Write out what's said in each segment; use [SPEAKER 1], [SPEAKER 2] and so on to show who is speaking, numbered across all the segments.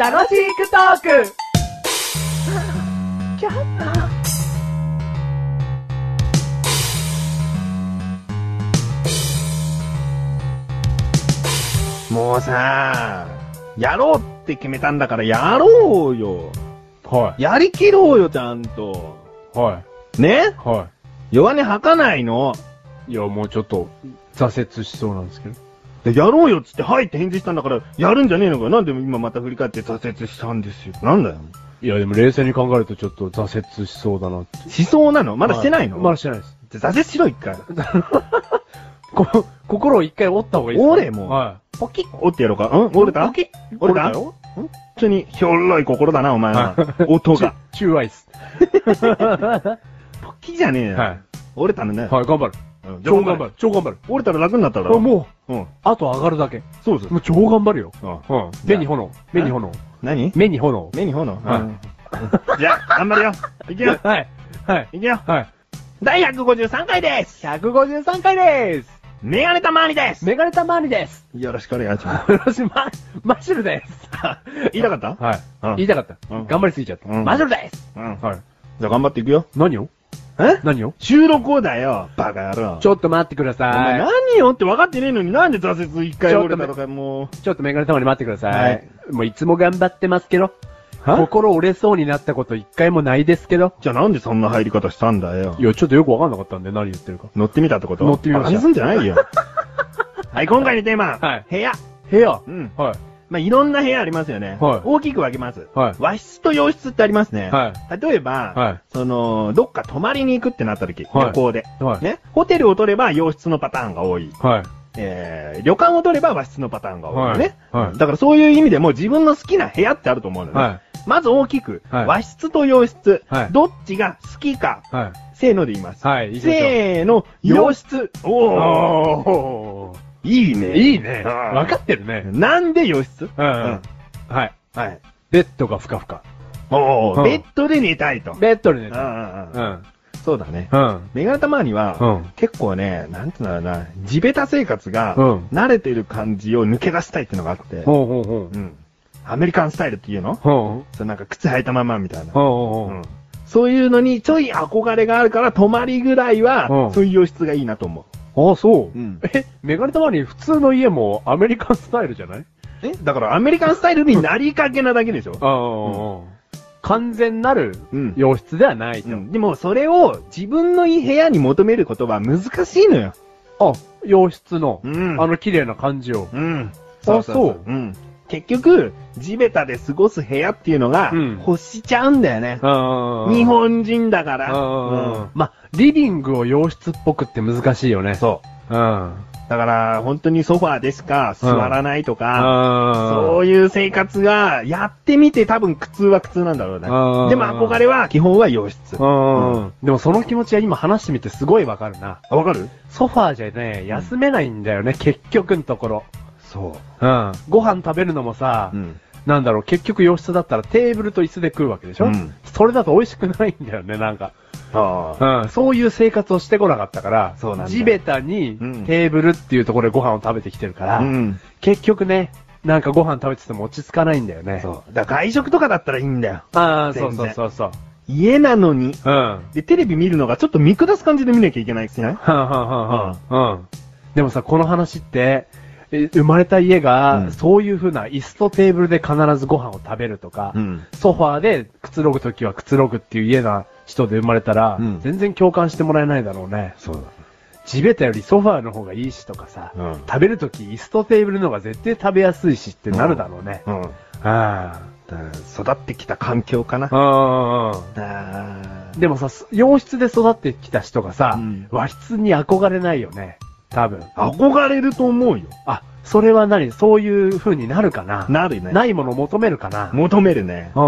[SPEAKER 1] 楽しくトーク
[SPEAKER 2] もうさ、やろうって決めたんだからやろうよ。
[SPEAKER 3] は
[SPEAKER 2] やりきろうよ、ちゃんと。
[SPEAKER 3] い。は
[SPEAKER 2] ね
[SPEAKER 3] い。は
[SPEAKER 2] 弱音吐かないの。
[SPEAKER 3] い。いや、もうちょっと、挫折しそうなんですけど。
[SPEAKER 2] でやろうよっつって、はいって返事したんだから、やるんじゃねえのかよなんで今また振り返って挫折したんですよ。なんだよ。
[SPEAKER 3] いや、でも冷静に考えるとちょっと挫折しそうだなって。
[SPEAKER 2] 思想なのまだしてないの、
[SPEAKER 3] まだしてないです。
[SPEAKER 2] じゃあ挫折しろ、一回。
[SPEAKER 3] こ、心を一回折った方がいいです。
[SPEAKER 2] 折れもう
[SPEAKER 3] は
[SPEAKER 2] ポキッ折ってやろうか。うん折れた
[SPEAKER 3] ポキッ
[SPEAKER 2] 折れた
[SPEAKER 3] 折れたよ
[SPEAKER 2] 本当に、ひょろい心だな、お前は。音
[SPEAKER 3] い。
[SPEAKER 2] が。
[SPEAKER 3] チューアイス。
[SPEAKER 2] ポキじゃねえよ。
[SPEAKER 3] はい。
[SPEAKER 2] 折れたのね。
[SPEAKER 3] はい、頑張る。
[SPEAKER 2] うんじゃあ
[SPEAKER 3] 超頑張る。超頑張る。
[SPEAKER 2] 折れたら楽になっただ
[SPEAKER 3] あ、
[SPEAKER 2] ろ。
[SPEAKER 3] もう、
[SPEAKER 2] うん。
[SPEAKER 3] あと上がるだけ。
[SPEAKER 2] そうそう
[SPEAKER 3] もう超頑張るよ。
[SPEAKER 2] うん。
[SPEAKER 3] うん。目に炎。目に炎。
[SPEAKER 2] 何
[SPEAKER 3] 目に炎。
[SPEAKER 2] 目に炎
[SPEAKER 3] はい
[SPEAKER 2] うんじゃあ、頑張るよ。いくよ。
[SPEAKER 3] はい。はい。
[SPEAKER 2] いくよ。
[SPEAKER 3] はい。
[SPEAKER 2] 第153回です。
[SPEAKER 3] 153回でーす。
[SPEAKER 2] メガネたまわりです。
[SPEAKER 3] メガネたまわりです。
[SPEAKER 2] よろしくお願いします。
[SPEAKER 3] 私、ま、マッシュルです。
[SPEAKER 2] 言いたかった
[SPEAKER 3] はい。
[SPEAKER 2] うん
[SPEAKER 3] 言いたかった。
[SPEAKER 2] うん
[SPEAKER 3] 頑張りすぎちゃった。
[SPEAKER 2] うん
[SPEAKER 3] マッシュルです。
[SPEAKER 2] うん。
[SPEAKER 3] はい。
[SPEAKER 2] じゃあ頑張っていくよ。
[SPEAKER 3] 何を
[SPEAKER 2] え
[SPEAKER 3] 何を
[SPEAKER 2] 収録をだよ、バカ野郎。
[SPEAKER 3] ちょっと待ってくだ
[SPEAKER 2] お前
[SPEAKER 3] さ
[SPEAKER 2] 何よって分かってねえのになんで挫折一回折れたとかもう。
[SPEAKER 3] い。ちょっとメガネたまに待ってくださ。
[SPEAKER 2] はい
[SPEAKER 3] もういつも頑張ってますけど、
[SPEAKER 2] は
[SPEAKER 3] 心折れそうになったこと一回もないですけど。
[SPEAKER 2] じゃあなんでそんな入り方したんだよ
[SPEAKER 3] い。や、ちょっとよくわかんなかったんで何言ってるか。
[SPEAKER 2] 乗ってみたってこと
[SPEAKER 3] 乗ってみま
[SPEAKER 2] バ
[SPEAKER 3] した
[SPEAKER 2] カにすんじゃないよ。 はい、今回のテーマ。
[SPEAKER 3] はい
[SPEAKER 2] 部屋。
[SPEAKER 3] 部屋
[SPEAKER 2] うん。
[SPEAKER 3] はい。
[SPEAKER 2] まあ、いろんな部屋ありますよね。
[SPEAKER 3] はい
[SPEAKER 2] 大きく分けます。
[SPEAKER 3] はい
[SPEAKER 2] 和室と洋室ってありますね。
[SPEAKER 3] は
[SPEAKER 2] 例えば、
[SPEAKER 3] はい
[SPEAKER 2] その、どっか泊まりに行くってなった時、
[SPEAKER 3] はい
[SPEAKER 2] 旅行で。
[SPEAKER 3] い。はい。
[SPEAKER 2] ね。ホテルを取れば洋室のパターンが多い。
[SPEAKER 3] はい。
[SPEAKER 2] えー、旅館を取れば和室のパターンが多いよね。
[SPEAKER 3] はいはい
[SPEAKER 2] だからそういう意味でも自分の好きな部屋ってあると思うのね。
[SPEAKER 3] は
[SPEAKER 2] まず大きく、
[SPEAKER 3] はい
[SPEAKER 2] 和室と洋室、
[SPEAKER 3] はい
[SPEAKER 2] どっちが好きか、
[SPEAKER 3] い。はい。
[SPEAKER 2] せーので言います。
[SPEAKER 3] はい。行きましょう
[SPEAKER 2] せーの、洋室。おー、
[SPEAKER 3] おー
[SPEAKER 2] いいね。
[SPEAKER 3] いいね。
[SPEAKER 2] あー
[SPEAKER 3] わかってるね。
[SPEAKER 2] なんで洋室
[SPEAKER 3] うん。はい。
[SPEAKER 2] はい。
[SPEAKER 3] ベッドがふかふか。
[SPEAKER 2] おー、
[SPEAKER 3] うん
[SPEAKER 2] ベッドで寝たいと。
[SPEAKER 3] ベッドに寝
[SPEAKER 2] う
[SPEAKER 3] た。
[SPEAKER 2] んう
[SPEAKER 3] うん
[SPEAKER 2] うん
[SPEAKER 3] ん。
[SPEAKER 2] そうだね。
[SPEAKER 3] うん。
[SPEAKER 2] メガネたまに
[SPEAKER 3] う
[SPEAKER 2] は、
[SPEAKER 3] ん。
[SPEAKER 2] 結構ね、なんていうんだろうな、地べた生活が、
[SPEAKER 3] うん
[SPEAKER 2] 慣れてる感じを抜け出したいってのがあって、
[SPEAKER 3] ほうほうほう
[SPEAKER 2] う。ん。アメリカンスタイルっていうの
[SPEAKER 3] ほう
[SPEAKER 2] そうなんか靴履いたままみたいな。
[SPEAKER 3] ほうほ
[SPEAKER 2] うん
[SPEAKER 3] う。
[SPEAKER 2] そういうのにちょい憧れがあるから、泊まりぐらいは
[SPEAKER 3] う、ん
[SPEAKER 2] そういう洋室がいいなと思
[SPEAKER 3] ああ、そう。
[SPEAKER 2] う。うん。
[SPEAKER 3] え、メガネたまに普通の家もアメリカンスタイルじゃない
[SPEAKER 2] えだからアメリカンスタイルになりかけなだけでしょ
[SPEAKER 3] ああ。完全なる
[SPEAKER 2] うん
[SPEAKER 3] 洋室ではないと
[SPEAKER 2] う。んでもそれを自分のいい部屋に求めることは難しいのよ。
[SPEAKER 3] あ、洋室の、
[SPEAKER 2] うん
[SPEAKER 3] あの綺麗な感じを。
[SPEAKER 2] うん。
[SPEAKER 3] そうそう
[SPEAKER 2] うん。結局、地べたで過ごす部屋っていうのが
[SPEAKER 3] うん、
[SPEAKER 2] 欲しちゃうんだよね。
[SPEAKER 3] ああ。
[SPEAKER 2] 日本人だから。
[SPEAKER 3] あ
[SPEAKER 2] うん
[SPEAKER 3] あ。ま、リビングを洋室っぽくって難しいよね。
[SPEAKER 2] そう。
[SPEAKER 3] う。うん。あ
[SPEAKER 2] だから、本当にソファーでしか座らないとか、
[SPEAKER 3] あ。
[SPEAKER 2] そういう生活が、やってみて多分苦痛は苦痛なんだろうね
[SPEAKER 3] うん。
[SPEAKER 2] でも憧れは、基本は洋室。わ
[SPEAKER 3] うん。でもその気持ちは今話してみてすごいわかるな。
[SPEAKER 2] かる
[SPEAKER 3] ソファーじゃね、休めないんだよね、結局のところ。
[SPEAKER 2] そ
[SPEAKER 3] うん。ご飯食べるのもさ、
[SPEAKER 2] うん。
[SPEAKER 3] なんだろう、結局洋室だったらテーブルと椅子で食うわけでしょ、
[SPEAKER 2] うん
[SPEAKER 3] それだと美味しくないんだよね、なんか。
[SPEAKER 2] ああ。
[SPEAKER 3] うん。そういう生活をしてこなかったから、
[SPEAKER 2] そうなんだよ
[SPEAKER 3] 地べたに
[SPEAKER 2] うん
[SPEAKER 3] テーブルっていうところでご飯を食べてきてるから、
[SPEAKER 2] うん。
[SPEAKER 3] 結局ね、なんかご飯食べてても落ち着かないんだよね。
[SPEAKER 2] そう。だから外食とかだったらいいんだよ。
[SPEAKER 3] ああ、そ
[SPEAKER 2] 全然
[SPEAKER 3] うそうそうそう。
[SPEAKER 2] 家なのに。
[SPEAKER 3] うん。はん
[SPEAKER 2] で、テレビ見るのがちょっと見下す感じで見なきゃいけないしない
[SPEAKER 3] はんはんはん。うん。でもさ、この話って、え生まれた家が、
[SPEAKER 2] うん
[SPEAKER 3] そういう風な椅子とテーブルで必ずご飯を食べるとか、
[SPEAKER 2] ん。
[SPEAKER 3] ソファーでくつろぐときはくつろぐっていう家な人で生まれたら、
[SPEAKER 2] うん
[SPEAKER 3] 全然共感してもらえないだろうね。
[SPEAKER 2] そう
[SPEAKER 3] 地べたよりソファーの方がいいしとかさ、
[SPEAKER 2] うん
[SPEAKER 3] 食べるとき椅子とテーブルの方が絶対食べやすいしってなるだろうね。
[SPEAKER 2] だ。うん。
[SPEAKER 3] あ
[SPEAKER 2] だから育ってきた環境かな
[SPEAKER 3] あ。。ああ。
[SPEAKER 2] あー
[SPEAKER 3] でもさ、す洋室で育ってきた人がさ、
[SPEAKER 2] うん
[SPEAKER 3] 和室に憧れないよね。多分。
[SPEAKER 2] 憧れると思うよ。
[SPEAKER 3] あ、それは何そういう風になるかな
[SPEAKER 2] なるね。
[SPEAKER 3] ないもの求めるかな
[SPEAKER 2] 求めるね。
[SPEAKER 3] お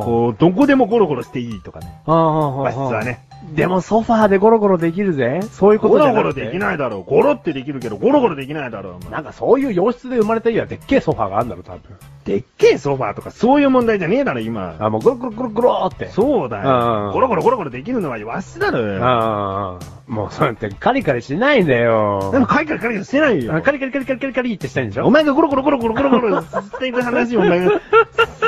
[SPEAKER 3] ー。
[SPEAKER 2] こう、どこでもゴロゴロしていいとかね。
[SPEAKER 3] あーあーあー
[SPEAKER 2] 和室はね。
[SPEAKER 3] でもソファーでゴロゴロできるぜ。そういうこ
[SPEAKER 2] ゴ
[SPEAKER 3] とじ
[SPEAKER 2] ロ
[SPEAKER 3] ゃ
[SPEAKER 2] ゴ
[SPEAKER 3] なく
[SPEAKER 2] ロ
[SPEAKER 3] て。
[SPEAKER 2] できないだろう。ゴロってできるけど、ゴロゴロできないだろう。お前
[SPEAKER 3] なんかそういう洋室で生まれた家はでっけえソファーがあるんだろ、多分。
[SPEAKER 2] でっけえソファーとかそういう問題じゃねえだろ、今。
[SPEAKER 3] あ、もうゴロゴロゴロゴロって。
[SPEAKER 2] そうだ
[SPEAKER 3] うんうんう
[SPEAKER 2] よ。
[SPEAKER 3] ん
[SPEAKER 2] ゴロゴロゴロゴロできるのはわしだろ
[SPEAKER 3] う
[SPEAKER 2] よ。
[SPEAKER 3] ん。もうそうやってカリカリしないでよ。
[SPEAKER 2] でも、カリカリカリカリしてないよ
[SPEAKER 3] あ。カリカリカリカリカリカリってしたいんでしょ
[SPEAKER 2] お前がゴロゴロゴロゴロゴロゴロしていく話を、お前 が、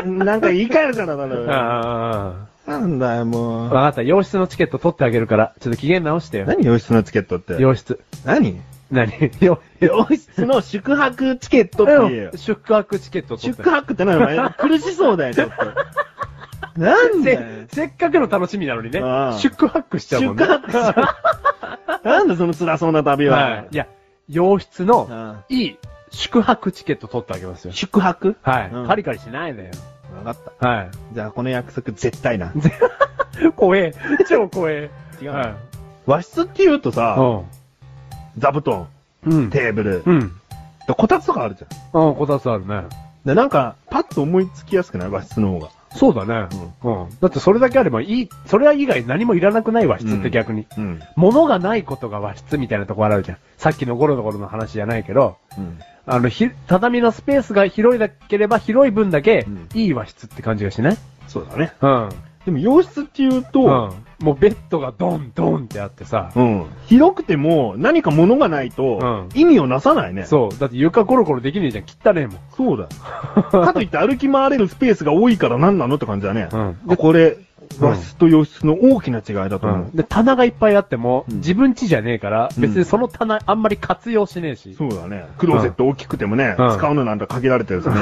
[SPEAKER 2] なんか言い換えるからだろよ。
[SPEAKER 3] あ
[SPEAKER 2] なんだよ、も
[SPEAKER 3] あ。
[SPEAKER 2] う。
[SPEAKER 3] わかった。洋室のチケット取ってあげるから、ちょっと機嫌直してよ。
[SPEAKER 2] 何洋室のチケットって。
[SPEAKER 3] 洋室。
[SPEAKER 2] 何
[SPEAKER 3] 何洋
[SPEAKER 2] 洋室の宿泊チケットって言えよ。
[SPEAKER 3] 宿泊チケット取って。
[SPEAKER 2] 宿泊って何お前 苦しそうだよ、ちょっと。なんだよ
[SPEAKER 3] せ。せっかくの楽しみなのにね
[SPEAKER 2] ああ。
[SPEAKER 3] 宿泊しちゃうもんね。
[SPEAKER 2] 宿泊しちゃう。なんだその辛そうな旅
[SPEAKER 3] は
[SPEAKER 2] は。
[SPEAKER 3] い。いや、洋室の
[SPEAKER 2] ああ
[SPEAKER 3] いい宿泊チケット取ってあげますよ。
[SPEAKER 2] 宿泊
[SPEAKER 3] はい。
[SPEAKER 2] うん
[SPEAKER 3] カリカリしないでよ。
[SPEAKER 2] わかった。
[SPEAKER 3] は
[SPEAKER 2] じゃあこの約束絶対な。
[SPEAKER 3] い。怖え。超怖え。
[SPEAKER 2] 違う
[SPEAKER 3] はい。
[SPEAKER 2] 和室って言うとさ、座布団、
[SPEAKER 3] うん。
[SPEAKER 2] テーブル
[SPEAKER 3] う、ん。
[SPEAKER 2] でこたつとかあるじゃん。
[SPEAKER 3] うん、こたつあるね。
[SPEAKER 2] で、なんか、パッと思いつきやすくない和室の方が。
[SPEAKER 3] そうだね。うん。だってそれだけあればいい、それ以外何もいらなくない和室っ
[SPEAKER 2] う
[SPEAKER 3] て
[SPEAKER 2] ん
[SPEAKER 3] 逆に。
[SPEAKER 2] うん。
[SPEAKER 3] 物がないことが和室みたいなとこあるじゃん。さっきのゴロゴロの話じゃないけど、
[SPEAKER 2] うん。
[SPEAKER 3] あの、ひ、畳のスペースが広いだければ広い分だけ
[SPEAKER 2] うん、
[SPEAKER 3] いい和室って感じがしない
[SPEAKER 2] そうだね。
[SPEAKER 3] うん。
[SPEAKER 2] でも洋室って言う
[SPEAKER 3] う
[SPEAKER 2] と、
[SPEAKER 3] ん。もうベッドがドンドンってあってさ、
[SPEAKER 2] うん。広くても何か物がないと
[SPEAKER 3] う
[SPEAKER 2] 意味をなさないね。
[SPEAKER 3] そう。だって床ゴロゴロできねえじゃん。汚ねえもん。
[SPEAKER 2] そうだ よ。かといって歩き回れるスペースが多いから何なのって感じだね。
[SPEAKER 3] うん
[SPEAKER 2] でこれ、
[SPEAKER 3] うん
[SPEAKER 2] 和室と洋室の大きな違いだと
[SPEAKER 3] う
[SPEAKER 2] 思う。
[SPEAKER 3] ん。で、棚がいっぱいあっても、
[SPEAKER 2] うん
[SPEAKER 3] 自分家じゃねえから、
[SPEAKER 2] うん
[SPEAKER 3] 別にその棚あんまり活用しねえし。
[SPEAKER 2] そうだね。クローゼット大きくてもね、
[SPEAKER 3] うん
[SPEAKER 2] 使うのなんか限られてるしね。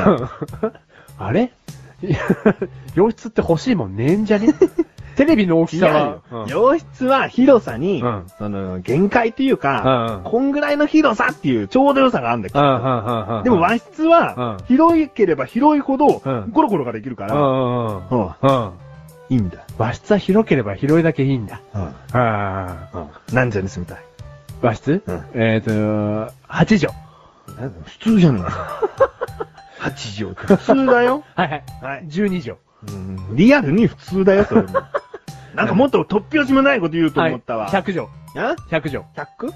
[SPEAKER 3] あれ いや洋室って欲しいもんねえん じゃねテレビの大き
[SPEAKER 2] 違う
[SPEAKER 3] さは
[SPEAKER 2] よ。洋室は広さに、
[SPEAKER 3] うん
[SPEAKER 2] その、限界っていう
[SPEAKER 3] う
[SPEAKER 2] か
[SPEAKER 3] ん、うん
[SPEAKER 2] こんぐらいの広さっていうちょうど良さがあるんだけ
[SPEAKER 3] うんうん
[SPEAKER 2] ど、
[SPEAKER 3] うんうん
[SPEAKER 2] でも和室は
[SPEAKER 3] う、ん
[SPEAKER 2] 広ければ広いほど
[SPEAKER 3] う、ん
[SPEAKER 2] ゴロゴロができるか
[SPEAKER 3] う
[SPEAKER 2] ら、
[SPEAKER 3] んうんうん。
[SPEAKER 2] うん
[SPEAKER 3] うん。
[SPEAKER 2] いいんだ。
[SPEAKER 3] 和室は広ければ広いだけいいんだ。
[SPEAKER 2] うん
[SPEAKER 3] あ
[SPEAKER 2] うんなんじゃに住みたい。
[SPEAKER 3] ー和室、
[SPEAKER 2] うん
[SPEAKER 3] えっ、と、8畳。
[SPEAKER 2] 普通じゃ ない。8畳って普通だよ。
[SPEAKER 3] はいはい。
[SPEAKER 2] はい。
[SPEAKER 3] 12畳。
[SPEAKER 2] うんリアルに普通だよ、それも。 なんかもっと突拍子もないこと言うと思ったわ。
[SPEAKER 3] はい、100
[SPEAKER 2] あ
[SPEAKER 3] 畳。
[SPEAKER 2] 100?
[SPEAKER 3] 100畳。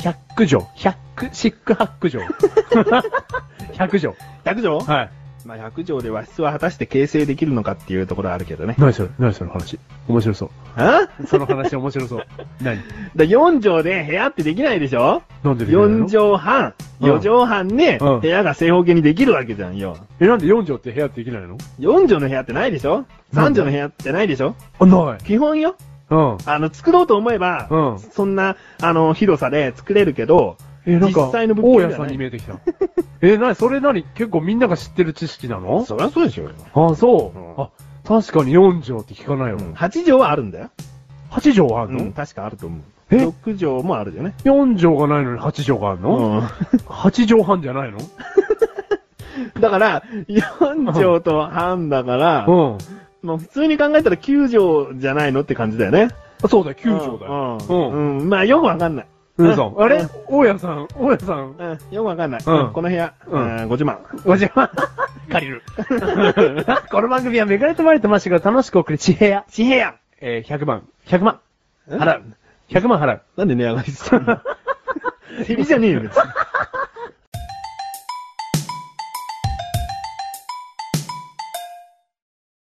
[SPEAKER 3] 100 100畳。100、シックハック 畳。100
[SPEAKER 2] 100畳
[SPEAKER 3] 畳。はい。
[SPEAKER 2] まあ、100畳で和室は果たして形成できるのかっていうところはあるけどね。
[SPEAKER 3] 何それ何その話。面白そう。
[SPEAKER 2] あ
[SPEAKER 3] その話面白そう。 何
[SPEAKER 2] だ4畳で部屋ってできないでしょ
[SPEAKER 3] なんでできない
[SPEAKER 2] ?4
[SPEAKER 3] の
[SPEAKER 2] 畳半、
[SPEAKER 3] うん
[SPEAKER 2] 4畳半で
[SPEAKER 3] うん
[SPEAKER 2] 部屋が正方形にできるわけじゃんよ。
[SPEAKER 3] え、なんで4畳って部屋ってできないの
[SPEAKER 2] 4畳の部屋ってないでしょ
[SPEAKER 3] な
[SPEAKER 2] ?3
[SPEAKER 3] んで
[SPEAKER 2] 畳の部屋ってないでしょ
[SPEAKER 3] あ、ない。
[SPEAKER 2] 基本よ。
[SPEAKER 3] うん。
[SPEAKER 2] あの、作ろうと思えば、
[SPEAKER 3] うん
[SPEAKER 2] そんな、あの、広さで作れるけど、
[SPEAKER 3] え、なんか、
[SPEAKER 2] 実際の物
[SPEAKER 3] 大
[SPEAKER 2] 件
[SPEAKER 3] 家
[SPEAKER 2] じゃ
[SPEAKER 3] さ
[SPEAKER 2] ない
[SPEAKER 3] んに見えてきた。 え、なにそれなに結構みんなが知ってる知識なの
[SPEAKER 2] そりゃそうでしょうよ。
[SPEAKER 3] あ、そう
[SPEAKER 2] ん
[SPEAKER 3] う。あ、確かに4畳って聞かないよ。
[SPEAKER 2] 8畳はあるんだよ。
[SPEAKER 3] 8畳はある
[SPEAKER 2] うん、
[SPEAKER 3] の
[SPEAKER 2] 確かあると思う。
[SPEAKER 3] え
[SPEAKER 2] 6畳もあるよね。
[SPEAKER 3] ?4 畳がないのに8畳があるの
[SPEAKER 2] う
[SPEAKER 3] ?8 畳半じゃないの
[SPEAKER 2] だから、4畳と半だから、
[SPEAKER 3] うん。
[SPEAKER 2] もう普通に考えたら9畳じゃないのって感じだよね。
[SPEAKER 3] あそうだよ、9畳だよ。
[SPEAKER 2] う
[SPEAKER 3] うん
[SPEAKER 2] ん。。うん。うんまあ、よくわかんない。
[SPEAKER 3] うんそう
[SPEAKER 2] うん
[SPEAKER 3] あ
[SPEAKER 2] う
[SPEAKER 3] れ
[SPEAKER 2] ん
[SPEAKER 3] 大家さん、大家さん、
[SPEAKER 2] うん、よくわかんない。
[SPEAKER 3] うん
[SPEAKER 2] うんこの部屋、う、
[SPEAKER 3] うん
[SPEAKER 2] 50万。
[SPEAKER 3] おじま、借りる。 この番組はめがれとまれとましが楽しく送る地平屋。
[SPEAKER 2] 地部屋
[SPEAKER 3] えー、100万。100万。
[SPEAKER 2] え
[SPEAKER 3] 払う。100万払う。
[SPEAKER 2] なんで値上がりしたのセビじゃねえよ、別に